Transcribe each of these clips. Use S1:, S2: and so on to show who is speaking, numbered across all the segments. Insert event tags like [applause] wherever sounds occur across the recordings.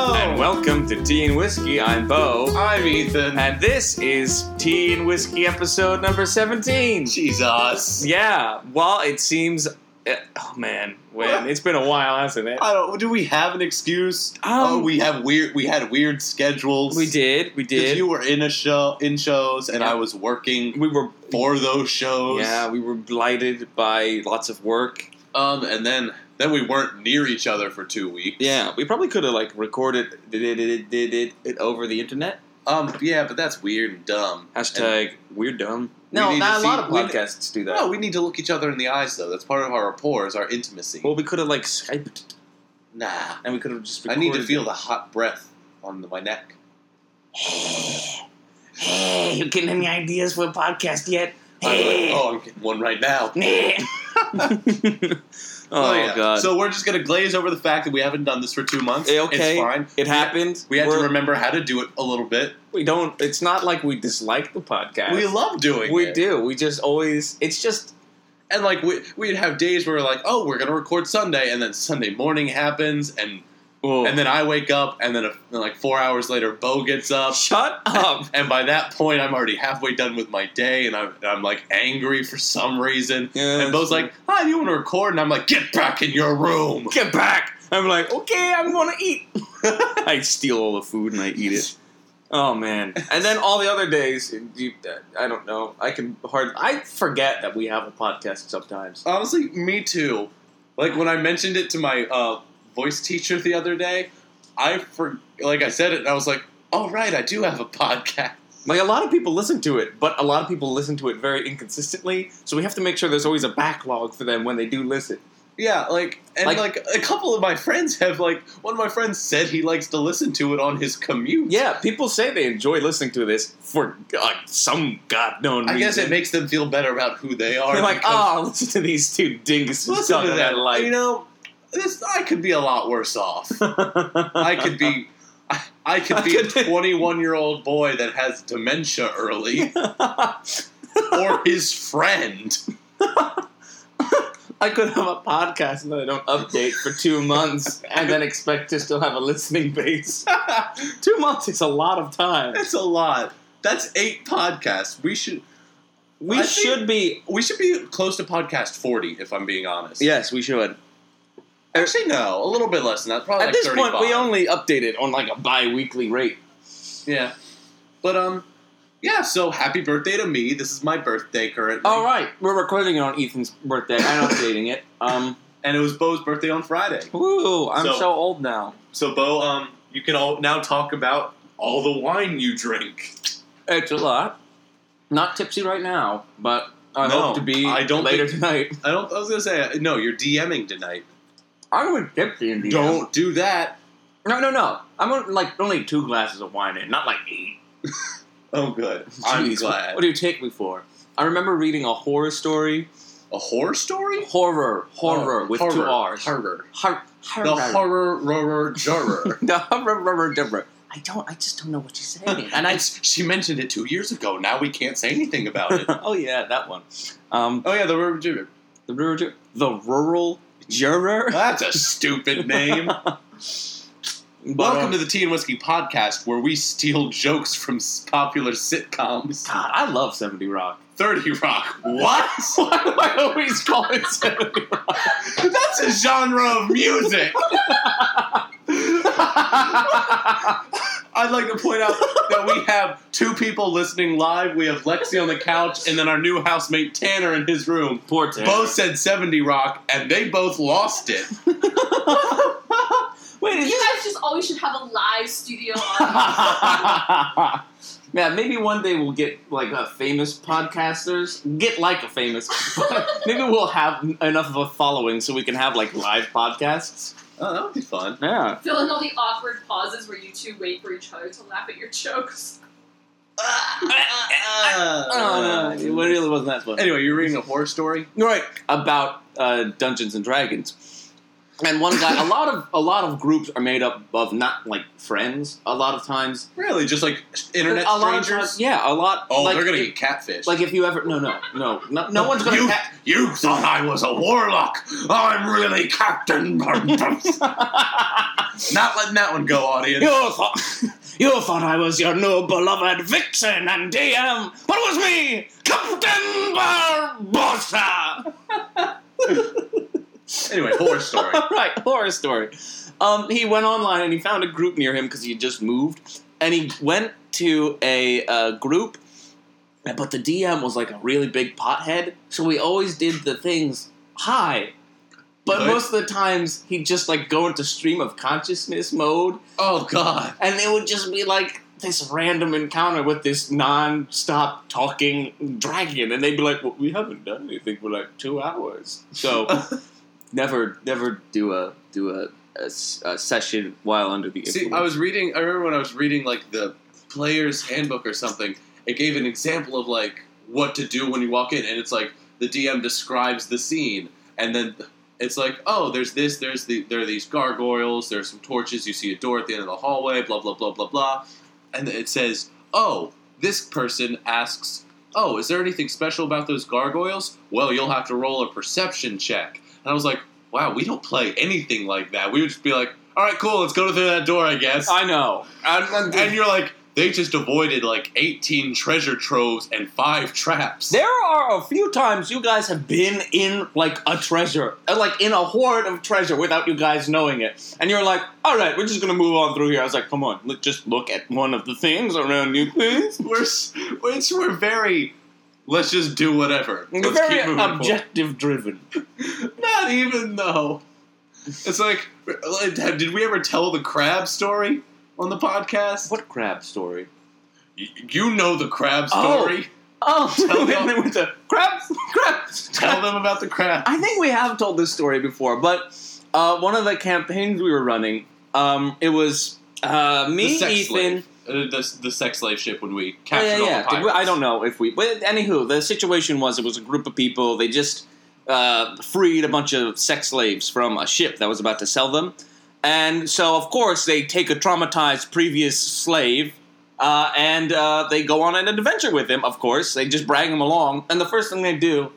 S1: Welcome to Tea and Whiskey. Oh. I'm Bo,
S2: I'm Ethan.
S1: and this is Tea and Whiskey episode number 17.
S2: Jesus.
S1: Yeah, well, it seems. eh, Oh man, when it's been a while, hasn't it?
S2: I don't. Do we have an excuse?
S1: Um,
S2: oh, we have weird. We had weird schedules.
S1: We did, we
S2: 'Cause
S1: did.
S2: You were in a show, in shows, and
S1: Yeah.
S2: I was working
S1: We were,
S2: for those shows.
S1: yeah, we were blighted by lots of work.
S2: Um, and then then we weren't near each other for two weeks.
S1: Yeah, we probably could have like recorded did it, did it, did it, it over the internet.
S2: Um. Yeah, but that's weird and dumb.
S1: Hashtag we're dumb.
S2: We
S1: No,
S2: need
S1: not
S2: to
S1: a lot
S2: see-
S1: of
S2: we-
S1: podcasts do that.
S2: No, we need to look each other in the eyes, though. That's part of our rapport, is our intimacy.
S1: Well, we could have like Skyped,
S2: nah.
S1: and we could have just.
S2: I
S1: Recorded
S2: need to feel the hot breath on my neck.
S1: Hey, you getting any ideas for a podcast yet?
S2: I'm
S1: [laughs]
S2: like, oh, I'm getting one right now.
S1: oh,
S2: yeah.
S1: god!
S2: So we're just gonna glaze over the fact that we haven't done this for two months.
S1: Eh, okay.
S2: It's fine.
S1: it happened.
S2: We had to
S1: We're-
S2: remember how to do it a little bit.
S1: We don't. It's not like we dislike the podcast.
S2: We love doing
S1: We
S2: it.
S1: do. We just always. It's just
S2: And like we we'd have days where we're like, oh, we're gonna record Sunday, and then Sunday morning happens, and and then I wake up, and then, a, then like four hours later, Bo gets up.
S1: shut up.
S2: And by that point, I'm already halfway done with my day, and I'm, and I'm like angry for some reason.
S1: Yeah,
S2: and Bo's
S1: that's
S2: like, "Hi, do you want to record?" And I'm like, "Get back in your room."
S1: [laughs] get back. I'm like, okay, I'm gonna eat. [laughs] I steal all the food and I eat it. Oh man! And then all the other days, you, I don't know. I can hard. I forget that we have a podcast sometimes.
S2: Honestly, me too. Like when I mentioned it to my uh, voice teacher the other day, I for like I said it, and I was like, "Oh right, I do have a podcast." [laughs]
S1: Like a lot of people listen to it, but a lot of people listen to it very inconsistently. So we have to make sure there's always a backlog for them when they do listen.
S2: Yeah, like and
S1: Like-
S2: like, a couple of my friends have like one of my friends said he likes to listen to it on his commute.
S1: Yeah, people say they enjoy listening to this for uh, some god known reason.
S2: I guess it makes them feel better about who they are.
S1: They're like,
S2: because-
S1: oh, listen to these two dinguses
S2: listen
S1: talking
S2: to that.
S1: about life.
S2: You know, this I could be a lot worse off. I could be. I- [laughs] I could be a
S1: I could-
S2: 21 year old boy that has dementia [laughs] early, or his friend.
S1: I could have a podcast that I don't update for two months and then expect to still have a listening base. [laughs] two months is a lot of time.
S2: That's a lot. That's eight podcasts. We should
S1: We
S2: I think-
S1: should be.
S2: we should be close to podcast forty, if I'm being honest.
S1: Yes, we should.
S2: Actually, no, a little bit less than that. Probably
S1: At
S2: like
S1: this point, we
S2: 35.
S1: only update it on like a bi-weekly rate.
S2: yeah. But um, yeah. So happy birthday to me. This is my birthday currently.
S1: All right, we're recording it on Ethan's birthday and updating it. Um,
S2: And it was Bo's birthday on Friday.
S1: woo! I'm so,
S2: So-
S1: old now.
S2: So Bo, um, you can all now talk about all the wine you drink.
S1: It's a lot. Not tipsy right now, but I
S2: No,
S1: hope to be
S2: I don't
S1: later
S2: think-
S1: tonight. [laughs]
S2: I don't. I was gonna say uh, no. You're DMing tonight.
S1: I'm going tipsy in the end.
S2: Don't do that.
S1: No, no, no. I'm on like only two glasses of wine in, not like eight.
S2: Oh, [laughs] good. I'm
S1: Jeez,
S2: glad.
S1: What do you take me for? I remember reading a horror story.
S2: A horror story?
S1: Horror, horror
S2: Oh,
S1: with two
S2: horror,
S1: R's.
S2: Horror.
S1: Har-
S2: The
S1: horror.
S2: horror horror [laughs] juror.
S1: The horror, horror, horror. I don't. I just don't know what she's saying. And I
S2: she mentioned it two years ago. Now we can't say anything about it.
S1: oh yeah, that one. Um,
S2: [laughs] oh yeah, the horror juror.
S1: the rural, ju- the rural juror.
S2: That's a stupid [laughs] name. Welcome
S1: uh,
S2: to the Tea and Whiskey podcast, where we steal jokes from s- popular sitcoms.
S1: God, I love Seventy
S2: [laughs]
S1: Rock.
S2: Thirty Rock. What? [laughs] Why do I always call it Seventy Rock? [laughs] That's a genre of music. I'd like to point out that we have two people listening live. We have Lexi on the couch, and then our new housemate Tanner in his room.
S1: Poor Tanner.
S2: Both said 70 Rock, and they both lost it.
S1: Wait, is
S3: [laughs] You
S1: this?
S3: guys just always should have a live studio
S1: [laughs]
S3: audience.
S1: Man, maybe one day we'll get like a famous podcasters. Get like a famous. [laughs] maybe we'll have enough of a following so we can have like live podcasts.
S2: Oh, that would be [laughs] fun.
S1: Yeah.
S3: Fill in all the awkward pauses where you two wait for each other to laugh at your jokes.
S2: Uh,
S1: Oh, no, it really wasn't that fun.
S2: Anyway, you're reading a horror story?
S1: Right. About uh, Dungeons and Dragons. And one guy, a lot of a lot of groups are made up of not like friends. A lot of times,
S2: Really, just like internet
S1: a lot of
S2: strangers.
S1: times- yeah, a lot.
S2: oh,
S1: like,
S2: they're gonna
S1: if-
S2: get catfish.
S1: like if you ever no no no no, no one's gonna
S2: You,
S1: ca-
S2: you thought I was a warlock. I'm really
S1: [laughs]
S2: Captain. Not letting that one go, audience.
S1: You thought you thought I was your new beloved vixen and DM, but it was me, Captain Barbosa.
S2: Anyway, horror story.
S1: [laughs] [laughs] right, horror story. Um, he went online and he found a group near him because he had just moved, and he went to a uh, group. But the DM was like a really big pothead, so we always did the things high. But
S2: Good.
S1: most of the times, he'd just like go into stream of consciousness mode,
S2: Oh God.
S1: and it would just be like this random encounter with this non-stop talking dragon and they'd be like well, we haven't done anything for like two hours
S2: [laughs]
S1: so never never do a do a, a s- a session while under the
S2: See, I
S1: influence.
S2: was reading. I remember when I was reading like the player's handbook or something. It gave an example of like what to do when you walk in, and it's like the DM describes the scene, and then it's like, oh, there's this, there's the, there are these gargoyles, there's some torches. You see a door at the end of the hallway. Blah blah blah blah blah, and it says, oh, this person asks. Oh, is there anything special about those gargoyles? Well, you'll have to roll a perception check. And I was like, wow, we don't play anything like that. We would just be like, all right, cool, let's go through that door, I guess.
S1: I know I'm- I'm-
S2: and you're like, they just avoided like 18 treasure troves and five traps.
S1: there are a few times you guys have been in like a treasure uh, like in a hoard of treasure without you guys knowing it and you're like all right we're just gonna move on through here i was like come on let just look at one of the things around you please
S2: we're, s- we're, it's- we're very, let's just do whatever.
S1: You're
S2: Let's keep
S1: very
S2: moving forward.
S1: objective driven.
S2: [laughs] Not even though. It's like, did we ever tell the crab story on the podcast?
S1: What crab story?
S2: Y- You know the crab
S1: Oh.
S2: story.
S1: Oh,
S2: Tell them.
S1: with the crab, crab.
S2: Tell them about the crab.
S1: I think we have told this story before, but uh, one of the campaigns we were running, um, it was uh, [laughs] me,
S2: The sex
S1: Ethan.
S2: slave. Uh, the, the sex slave ship when we
S1: Yeah,
S2: captured
S1: yeah,
S2: all
S1: yeah.
S2: the
S1: Did we-
S2: pirates.
S1: I don't know if we. But anywho, the situation was it was a group of people. They just uh, freed a bunch of sex slaves from a ship that was about to sell them, and so of course they take a traumatized previous slave. Uh, and uh, they go on an adventure with him. Of course, they just drag him along, and the first thing they do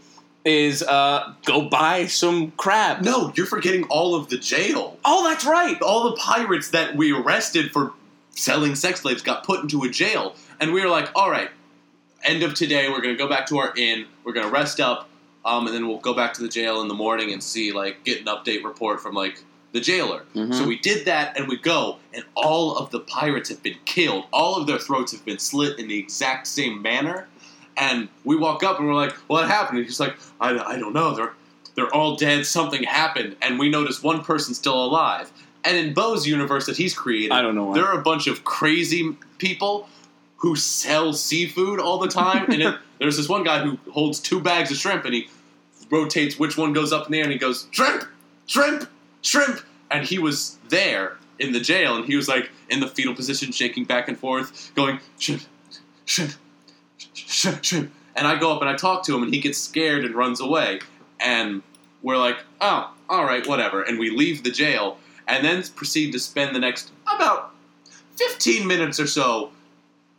S1: is uh, go buy some crabs.
S2: No, you're forgetting all of the jail.
S1: Oh, that's right.
S2: All the pirates that we arrested for selling sex slaves got put into a jail, and we were like, all right, end of today, we're gonna go back to our inn, we're gonna rest up, um, and then we'll go back to the jail in the morning and see, like, get an update report from, like, the jailer.
S1: Mhm.
S2: So we did that, and we go, and all of the pirates have been killed. All of their throats have been slit in the exact same manner. And we walk up, and we're like, "What happened?" And he's like, "I, I don't know. They're they're all dead. Something happened." And we notice one person's still alive. And in Bo's universe that he's created,
S1: I don't know why.
S2: there are a bunch of crazy people who sell seafood all the time.
S1: [laughs]
S2: and it, there's this one guy who holds two bags of shrimp and he rotates which one goes up in the air and he goes, shrimp, shrimp, shrimp. And he was there in the jail and he was like in the fetal position, shaking back and forth, going, shrimp, shrimp, shrimp, shrimp. And I go up and I talk to him and he gets scared and runs away. And we're like, oh, all right, whatever. And we leave the jail and then proceed to spend the next about 15 minutes or so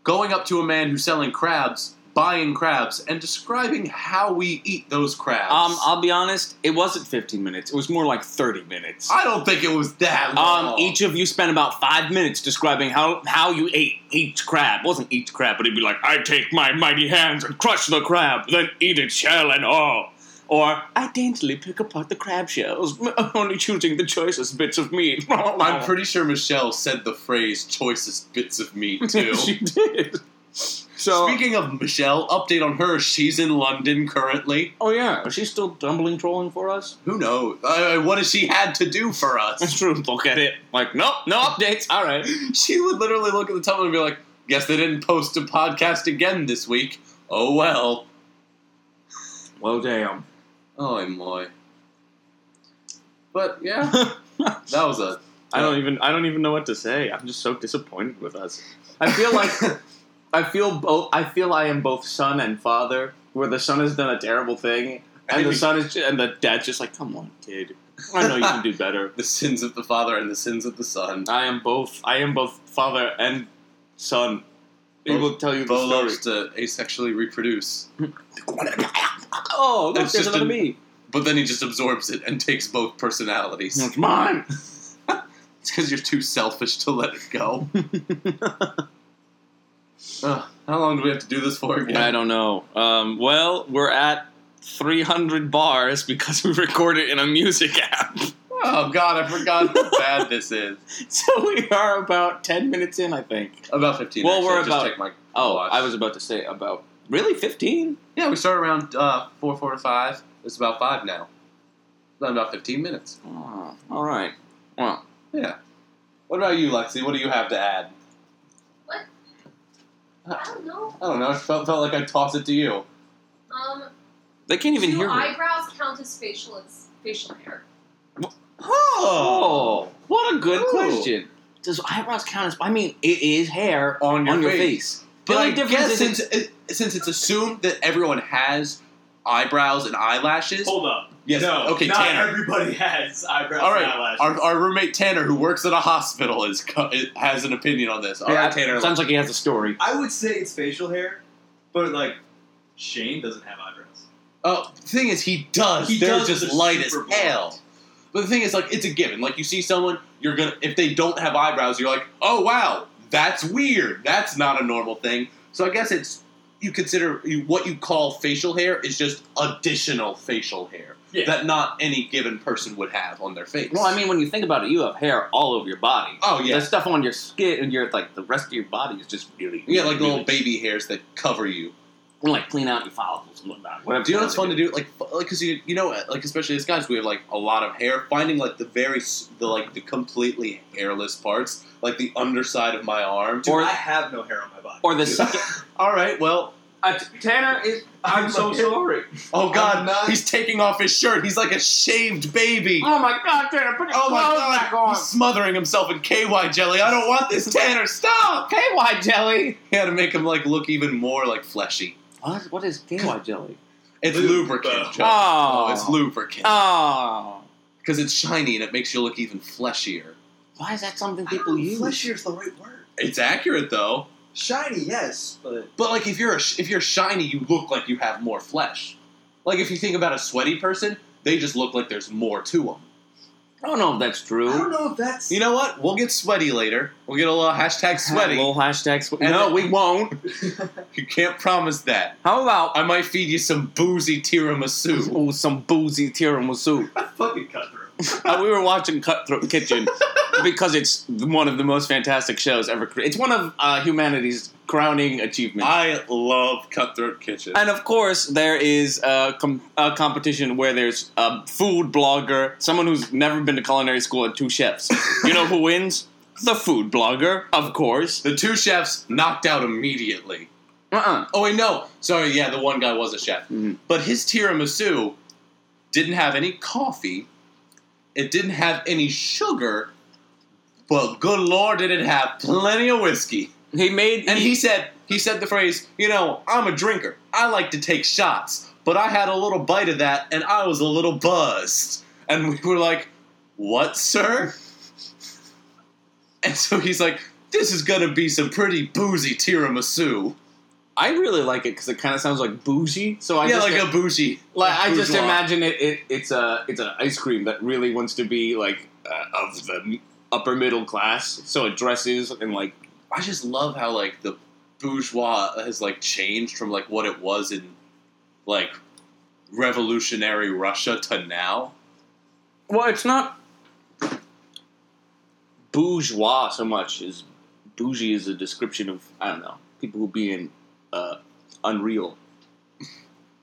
S2: going up to a man who's selling crabs, buying crabs, and describing how we eat those crabs.
S1: Um, I'll be honest, it wasn't 15 minutes. It was more like 30 minutes.
S2: I don't think it was that long.
S1: Um, each of you spent about five minutes describing how, how you ate each crab. wasn't each crab, but it'd be like, I take my mighty hands and crush the crab, then eat its shell and all. Or, I daintily pick apart the crab shells, [laughs] only choosing the choicest bits of meat. [laughs] Oh,
S2: I'm pretty sure Michelle said the phrase choicest bits of meat,
S1: [laughs]
S2: too.
S1: she did. So,
S2: Speaking of Michelle, update on her. She's in London currently.
S1: oh yeah, is she still tumbling trolling for [laughs] us?
S2: Who knows? Uh, what has she had to do for us?
S1: That's true. Look at it. Like, [laughs] nope, no updates. All right.
S2: she would literally look at the Tumblr and be like, Guess they didn't post a podcast again this week. Oh well.
S1: Well, damn. [laughs]
S2: Oh my. But yeah, that was a.
S1: [laughs] I don't even I don't even know what to say. I'm just so disappointed with us. I feel like [laughs] I feel both I feel I am both son and father where the son has done a terrible thing and the son is ju- and the dad's just like come on kid I know you can do
S2: [laughs]
S1: better.
S2: [laughs] The sins of the father and the sins of the son.
S1: I am both. I am both father and son. They
S2: Bo-
S1: will tell you
S2: Bo
S1: the
S2: loves
S1: story.
S2: to asexually reproduce,
S1: Oh, look,
S2: That's
S1: there's
S2: just
S1: another
S2: an-
S1: me.
S2: but then he just absorbs it and takes both personalities.
S1: It's mine.
S2: [laughs] it's because you're too selfish to let it
S1: [laughs]
S2: go. Ugh, how long do we have to do this for
S1: I
S2: again?
S1: don't know. Um, well, we're at 300 bars because we record it in a music app. [laughs]
S2: Oh God, I forgot how bad this is.
S1: So we are about 10 minutes in, I think.
S2: About fifteen.
S1: Well,
S2: actually.
S1: we're
S2: I just
S1: about-
S2: checked my
S1: Oh,
S2: watch.
S1: I was about to say about really 15.
S2: Yeah, we start around uh, four forty-five. It's about five now. It's been about fifteen minutes.
S1: Oh, all right. Well,
S2: Yeah. What about you, Lexi? What do you have to add?
S3: I don't know.
S2: I don't know. I felt, felt like I tossed it to you.
S3: Um,
S1: they can't even
S3: do
S1: hear me.
S3: eyebrows count as facial as facial hair?
S1: Oh, what a good
S2: Ooh.
S1: question. Does eyebrows count as? I mean, it is hair
S2: On your
S1: your
S2: face.
S1: face.
S2: But
S1: The
S2: I
S1: only difference
S2: guess
S1: is
S2: since it, since it's assumed that everyone has eyebrows and eyelashes.
S4: Hold up.
S2: yes.
S4: Oh, No.
S2: okay,
S4: not
S2: Tanner.
S4: everybody [laughs] has eyebrows
S2: All
S4: and
S2: right.
S4: eyelashes.
S2: Our, our roommate Tanner, who works at a hospital, is co- is- has an opinion on this. All right,
S1: Yeah,
S2: Tanner.
S1: Sounds like he has a story.
S4: I would say it's facial hair, but like Shane doesn't have eyebrows.
S2: Oh, the thing is, he does.
S4: He
S2: they're
S4: does,
S2: just
S4: they're
S2: light as
S4: super blonde.
S2: hell. But the thing is, like, it's a given. Like, you see someone, you're gonna. If they don't have eyebrows, you're like, oh wow, that's weird. That's not a normal thing. So I guess it's you consider you, what you call facial hair is just additional facial hair
S4: Yeah.
S2: that not any given person would have on their face.
S1: Well, I mean, when you think about it, you have hair all over your body.
S2: oh yeah,
S1: The stuff on your skin and your like the rest of your body is just really
S2: yeah, like
S1: really,
S2: little baby hairs that cover you.
S1: and, like clean out your follicles and whatnot. Whatever.
S2: Do you know what's fun to do? Like, f- like, cause you, you know, like, especially as guys, we have like a lot of hair. Finding like the very, s- the like the completely hairless parts, like the underside of my arm.
S4: Dude,
S1: Or-
S4: I have no hair on my body.
S1: Or the [laughs] second.
S2: All right, well,
S1: Uh, Tanner is.
S4: I'm
S1: [laughs]
S2: [laughs]
S4: so
S1: sorry.
S2: oh god,
S4: I'm not-
S2: he's taking off his shirt. He's like a shaved baby.
S1: Oh my god, Tanner, put your
S2: Oh my
S1: clothes
S2: god,
S1: back on.
S2: he's smothering himself in KY jelly. I don't want this, Tanner. Stop.
S1: KY jelly.
S2: Yeah, to make him like look even more like fleshy.
S1: What? What is KY jelly?
S2: It's
S4: Lube.
S2: lubricant. Joe.
S1: Oh,
S2: it's lubricant
S1: Oh,
S2: because it's shiny and it makes you look even fleshier.
S1: why is that something
S4: I don't
S1: people
S4: know,
S1: use?
S4: Fleshier is the right word.
S2: It's accurate though.
S4: Shiny, yes, but
S2: But like if you're a, if you're shiny, you look like you have more flesh. Like if you think about a sweaty person, they just look like there's more to them.
S1: I don't know if that's
S4: I don't
S1: true.
S4: know if that's.
S2: You know what? We'll get sweaty later. We'll get a little
S1: [laughs]
S2: hashtag sweaty.
S1: Little hashtag. Swe-
S2: And
S1: no,
S2: then-
S1: we won't.
S4: [laughs]
S2: You can't promise that.
S1: How about
S2: I might feed you some boozy
S1: [laughs]
S2: tiramisu.
S1: Ooh, some boozy tiramisu?
S4: fucking cutthroat.
S1: [laughs] Uh, we were watching Cutthroat Kitchen because it's one of the most fantastic shows ever. cre- It's one of uh, humanity's crowning achievements.
S2: I love Cutthroat Kitchen.
S1: and of course, there is a, com- a competition where there's a food blogger, someone who's never been to culinary school, and two chefs.
S2: [laughs]
S1: You know who wins? The food blogger, of course.
S2: The two chefs knocked out immediately.
S1: Uh-uh.
S2: Oh wait, no. Sorry, yeah, the one guy was a chef,
S1: Mhm.
S2: but his tiramisu didn't have any coffee. It didn't have any sugar, but good lord, did it have plenty of whiskey.
S1: He made
S2: And he said, he said the phrase, you know, I'm a drinker. I like to take shots, but I had a little bite of that, and I was a little buzzed. And we were like, what, sir? And so he's like, this is gonna be some pretty boozy tiramisu.
S1: I really like it because it kind of sounds like bougie. So I
S2: yeah,
S1: just
S2: like a bougie.
S1: Like I just
S2: bourgeois.
S1: imagine it, it. It's a it's an ice cream that really wants to be like uh, of the upper middle class, so it dresses and like
S2: I just love how like the bourgeois has like changed from like what it was in like revolutionary Russia to now.
S1: well, it's not bourgeois so much as bougie is a description of I don't know people who being uh, unreal.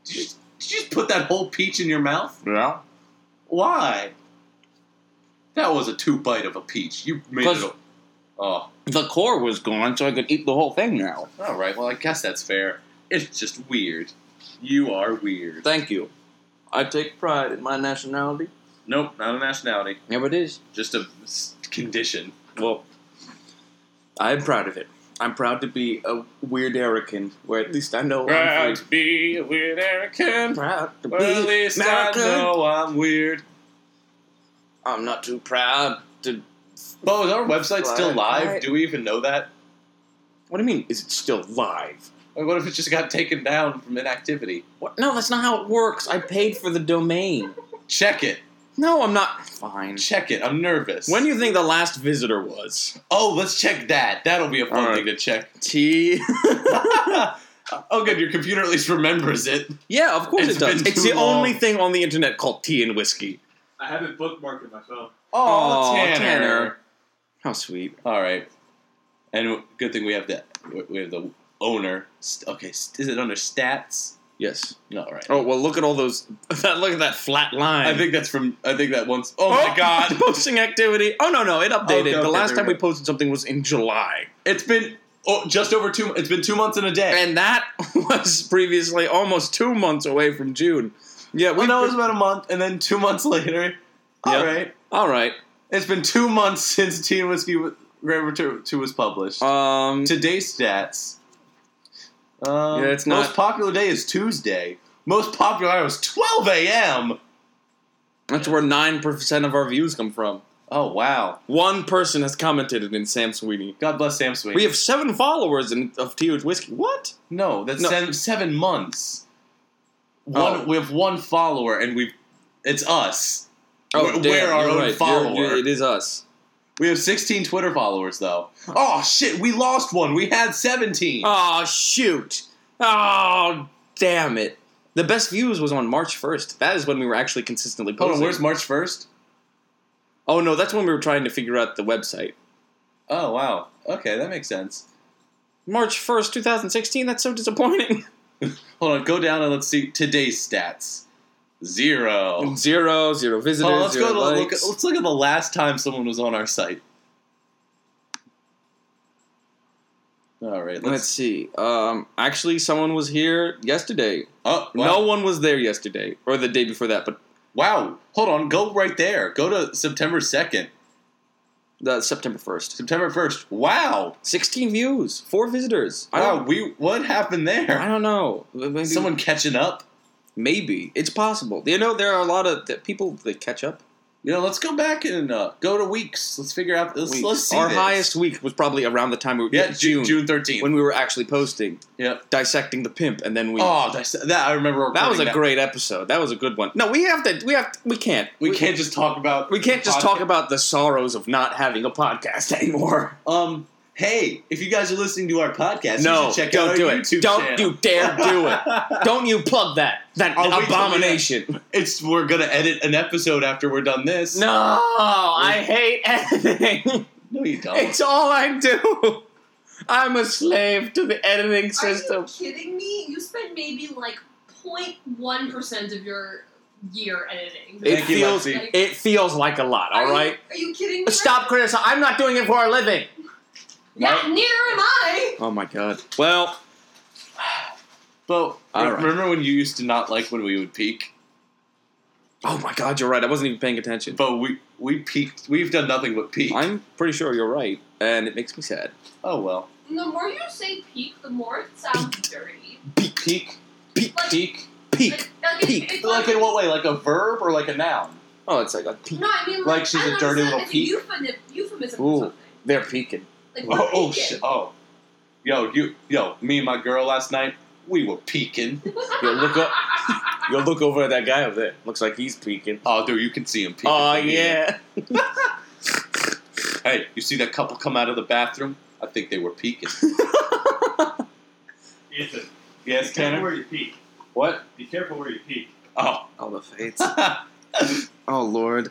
S2: Did you, did you just put that whole peach in your mouth?
S1: Yeah,
S2: Why? That was a two bite of a peach. You made it.
S1: Because-
S2: A, oh,
S1: the core was gone, so I could eat the whole thing now.
S2: all right. Well, I guess that's fair. It's just weird. You are weird.
S1: Thank you. I take pride in my nationality.
S2: Nope, not a nationality.
S1: There it is.
S2: Just a s- condition.
S1: Well, I'm proud of it. I'm proud to be a weird Erican, where at least I know I'm free.
S2: be a weird American.
S1: Proud to be
S2: Well, at least
S1: American.
S2: I know I'm weird.
S1: I'm not too proud to.
S2: Bo, is our website still
S1: Right.
S2: live? Do we even know that?
S1: What do you mean? Is it still live?
S2: Like, what if it just got taken down from inactivity?
S1: What? No, that's not how it works. I paid for the domain.
S2: Check it.
S1: No, I'm not. Fine.
S2: Check it. I'm nervous.
S1: When do you think the last visitor was?
S2: Oh, let's check that. That'll be a fun
S1: All right.
S2: thing to check. [laughs]
S1: T. [laughs]
S2: oh, good. Your computer at least remembers it.
S1: yeah, of course
S2: It's
S1: it does.
S2: been
S1: It's
S2: too
S1: the
S2: long.
S1: only thing on the internet called tea and whiskey.
S4: I have it bookmarked in my phone.
S1: Aw, Oh, Tanner. How sweet.
S2: All right. And good thing we have the we have the owner. St- Okay, st- is it under stats?
S1: Yes.
S2: All right.
S1: Oh well, look at all those. [laughs] look at that flat line.
S2: I think that's from. I think that once. Oh, my god!
S1: [laughs] Posting activity. Oh no no, it updated.
S2: Okay, okay,
S1: the last
S2: there
S1: time
S2: we
S1: we posted something was in July,
S2: It's been oh, just over two. It's been two months and a day.
S1: and that [laughs] was previously almost two months away from June. Yeah, we
S2: we know it was about a month, and then two [laughs] months later. All
S1: Yep.
S2: right.
S1: All right.
S2: It's been two months since Teen Whiskey w- Grand Return Two was published.
S1: Um.
S2: Today's stats. Um,
S1: Yeah, it's
S2: most
S1: not-
S2: popular day is Tuesday. Most popular hour was 12 a.m.
S1: That's where nine percent of our views come from.
S2: Oh wow!
S1: One person has commented it in Sam Sweeney.
S2: God bless Sam Sweeney.
S1: We have seven followers in, of TH Whiskey. What?
S2: no, that's
S1: No.
S2: Seven, seven months.
S1: Oh.
S2: One, we have one follower, and we've it's us. We're-
S1: Oh, damn,
S2: we're our
S1: you're
S2: own
S1: right. You're-
S2: follower.
S1: you're- it is us.
S2: We have 16 Twitter followers though. Oh shit! We lost one. We had 17.
S1: Oh shoot! Oh damn it! The best views was on March first. That is when we were actually consistently
S2: Hold
S1: posting.
S2: on, where's March 1st?
S1: Oh no, that's when we were trying to figure out the website.
S2: Oh wow. Okay, that makes sense.
S1: March first, two thousand sixteen. That's so disappointing. [laughs]
S2: Hold on, go down and let's see today's stats. Zero.
S1: Oh. Zero, zero visitors.
S2: Hold on, Oh, let's
S1: zero
S2: go to look.
S1: likes.
S2: At, let's look at the last time someone was on our site. All right,
S1: Let's
S2: let's.
S1: see. Um, actually, someone was here yesterday.
S2: Oh wow.
S1: No one was there yesterday or the day before that, but
S2: Wow. Hold on. Go right there. Go to September 2nd.
S1: uh, September first.
S2: September 1st. Wow.
S1: Sixteen views, four visitors. I
S2: Wow.
S1: don't,
S2: We what happened
S1: I
S2: there?
S1: don't know. Maybe,
S2: Someone catching up?
S1: maybe it's possible. You know, there are a lot of the people that catch up.
S2: You know, let's go back and uh, go to weeks. Let's figure out. Let's,
S1: weeks.
S2: let's see.
S1: Our
S2: this.
S1: highest week was probably around the time we were
S2: Yeah, June, June 13th.
S1: when we were actually posting,
S2: yep.
S1: dissecting the pimp, and then we.
S2: Oh, that's, that I remember.
S1: that was
S2: recording
S1: a great episode. That was a good one. No, we have to. We have. To, we can't.
S2: We can't just talk about.
S1: We can't just talk
S2: Podcast.
S1: about the sorrows of not having a podcast [laughs] anymore.
S2: Um, hey, if you guys are listening to our podcast,
S1: no,
S2: you should check
S1: don't
S2: out
S1: do
S2: our
S1: it.
S2: YouTube
S1: don't
S2: channel.
S1: you dare do
S2: [laughs]
S1: it. don't you plug that that
S2: I'll wait till we- [laughs]
S1: abomination.
S2: It's we're gonna edit an episode after we're done this.
S1: No, I hate editing.
S2: no, you don't.
S1: it's all I do. I'm a slave to the editing
S3: Are
S1: system.
S3: you kidding me? You spend maybe like 0.1 percent of your year editing.
S1: It
S2: Thank you,
S1: feels
S2: Lexi.
S1: it feels like a lot.
S3: Are
S1: All
S3: you-
S1: right,
S3: Are you kidding me?
S1: stop criticizing. I'm not doing it for a living.
S3: Yeah,
S2: No.
S3: neither am I.
S1: Oh my god. Well,
S2: But
S1: All right.
S2: remember when you used to not like when we would peak?
S1: oh my god, you're right. I wasn't even paying attention.
S2: But we we peaked. We've done nothing but peak.
S1: I'm pretty sure you're right, and it makes me sad.
S2: oh well.
S3: The more you say peak, the more it sounds dirty.
S1: Peak,
S2: Peak.
S1: peak,
S3: Like-
S2: Peak.
S1: peak.
S3: Like, like,
S1: Peak.
S3: It's, it's
S2: Like in what way? Like a verb or like a noun?
S1: Oh, it's like a peak.
S3: No, I mean like,
S2: Like she's
S3: I
S2: a
S3: don't
S2: dirty
S3: understand.
S2: little
S3: It's a
S2: peak?
S3: Euphemism, euphemism
S1: Ooh.
S3: or something.
S1: They're peaking.
S3: Like we're
S2: Oh, oh
S3: peaking. [laughs]
S2: shit. Oh. Yo, you. Yo, me and my girl last night. We were peaking.
S1: Yo, look
S3: [laughs]
S1: up. You'll look over at that guy over there. Looks like he's peaking.
S2: Oh, dude, you can see him peeking.
S1: Oh
S2: from here.
S1: yeah.
S2: Hey, you see that couple come out of the bathroom? I think they were peeking.
S4: Ethan,
S2: yes,
S4: be careful where you peek.
S2: What?
S4: Be careful where you peek.
S1: [laughs]
S2: Oh.
S1: All the fates.
S2: wow,
S1: Oh lord.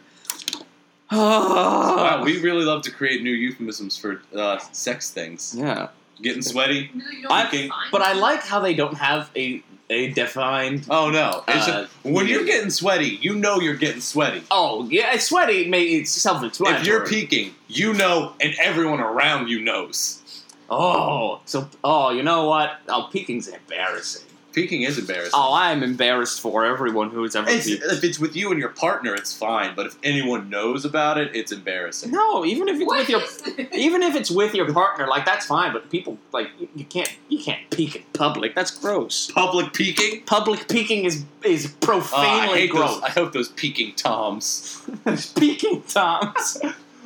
S1: Oh.
S2: we really love to create new euphemisms for uh, sex things.
S1: yeah.
S2: Getting sweaty?
S3: No, you don't
S1: I-
S3: define
S1: But I
S3: it.
S1: like how they don't have a a defined
S2: Oh no! It's
S1: Uh,
S2: just, when you're getting sweaty, you know you're getting sweaty.
S1: Oh yeah, it's sweaty. May it's self-explanatory.
S2: If you're peeking, you know, and everyone around you knows.
S1: oh, so oh, you know what? Oh, peeking's embarrassing.
S2: Peeking is embarrassing.
S1: Oh, I'm embarrassed for everyone who has ever.
S2: It's,
S1: peed.
S2: if it's with you and your partner, it's fine. But if anyone knows about it, it's embarrassing.
S1: No, even if it's
S3: What
S1: with your
S3: is
S1: [laughs]
S3: this?
S1: even if it's with your partner, like that's fine. But people like you, you can't you can't peek in public. That's gross.
S2: Public peeking.
S1: Public peeking is is
S2: Ah, I
S1: profanely
S2: hate
S1: gross.
S2: those. I hope those peeking toms.
S1: [laughs] peeking toms.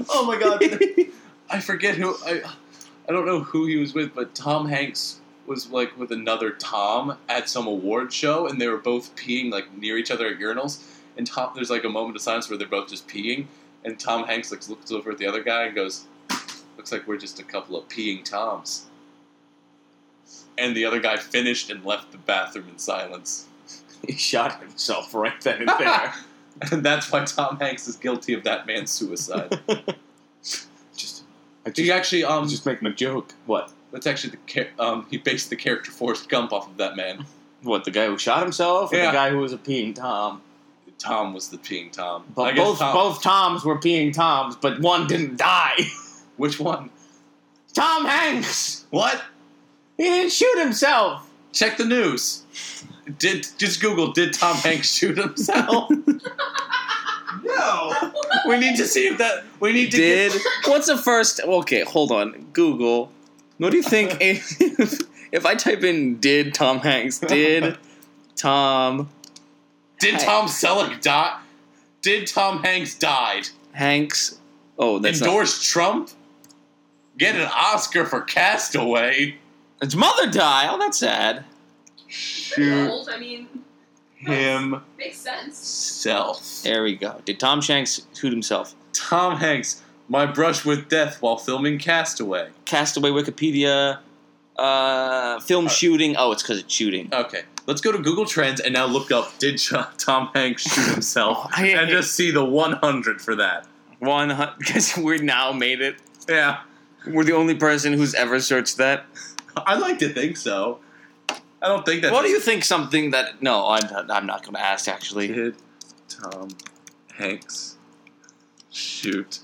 S2: Oh my god! I forget who. I I don't know who he was with, but Tom Hanks was like with another Tom at some award show, and they were both peeing like near each other at urinals. And Tom, there's like a moment of silence where they're both just peeing, and Tom Hanks like looks over at the other guy and goes, "Looks like we're just a couple of peeing Toms." And the other guy finished and left the bathroom in silence.
S1: [laughs]
S2: [laughs]
S1: he shot himself right then and there.
S2: And that's why Tom Hanks is guilty of that man's suicide.
S1: just, I
S2: he
S1: just,
S2: actually
S1: I'm
S2: um
S1: just making a joke. What?
S2: That's actually the cha- um, he based the character Forrest Gump off of that man.
S1: What? The guy who shot himself, or
S2: Yeah.
S1: the guy who was a peeing tom?
S2: Tom was the peeing Tom. I
S1: But
S2: guess
S1: both
S2: Tom-
S1: both toms were peeing toms, but one didn't die. [laughs]
S2: Which one?
S1: Tom Hanks.
S2: What?
S1: He didn't shoot himself.
S2: Check the news. Did just Google? Did Tom Hanks
S1: [laughs]
S2: shoot [laughs] himself?
S4: No.
S2: we need to see if that. We need to.
S1: did.
S2: Get,
S1: What's the first? Okay, hold on. Google. What do you [laughs] think? if, if I type in "did Tom Hanks did Tom
S2: did Tom Selleck die? Did Tom Hanks died?
S1: Hanks"? Oh, that's not,
S2: Endorse Trump? Get an Oscar for Castaway?
S1: his mother die. Oh, that's sad.
S3: Pretty
S2: Shoot
S3: old, I mean,
S2: himself.
S3: makes sense.
S1: There we go. Did Tom Shanks shoot himself?
S2: Tom Hanks. My brush with death while filming Castaway.
S1: Castaway Wikipedia. Uh, film shooting. Oh, it's because it's shooting.
S2: Okay, let's go to Google Trends and now look up did Cho- Tom Hanks shoot
S1: [laughs]
S2: himself
S1: oh, I hate-
S2: and just see the 100 for that.
S1: One [laughs] hundred. Because we now made it.
S2: Yeah,
S1: We're the only person who's ever searched that.
S2: I like to think so. I don't think that.
S1: What do you think? Something that no, I'm not, I'm not going to ask. Actually,
S2: did Tom Hanks shoot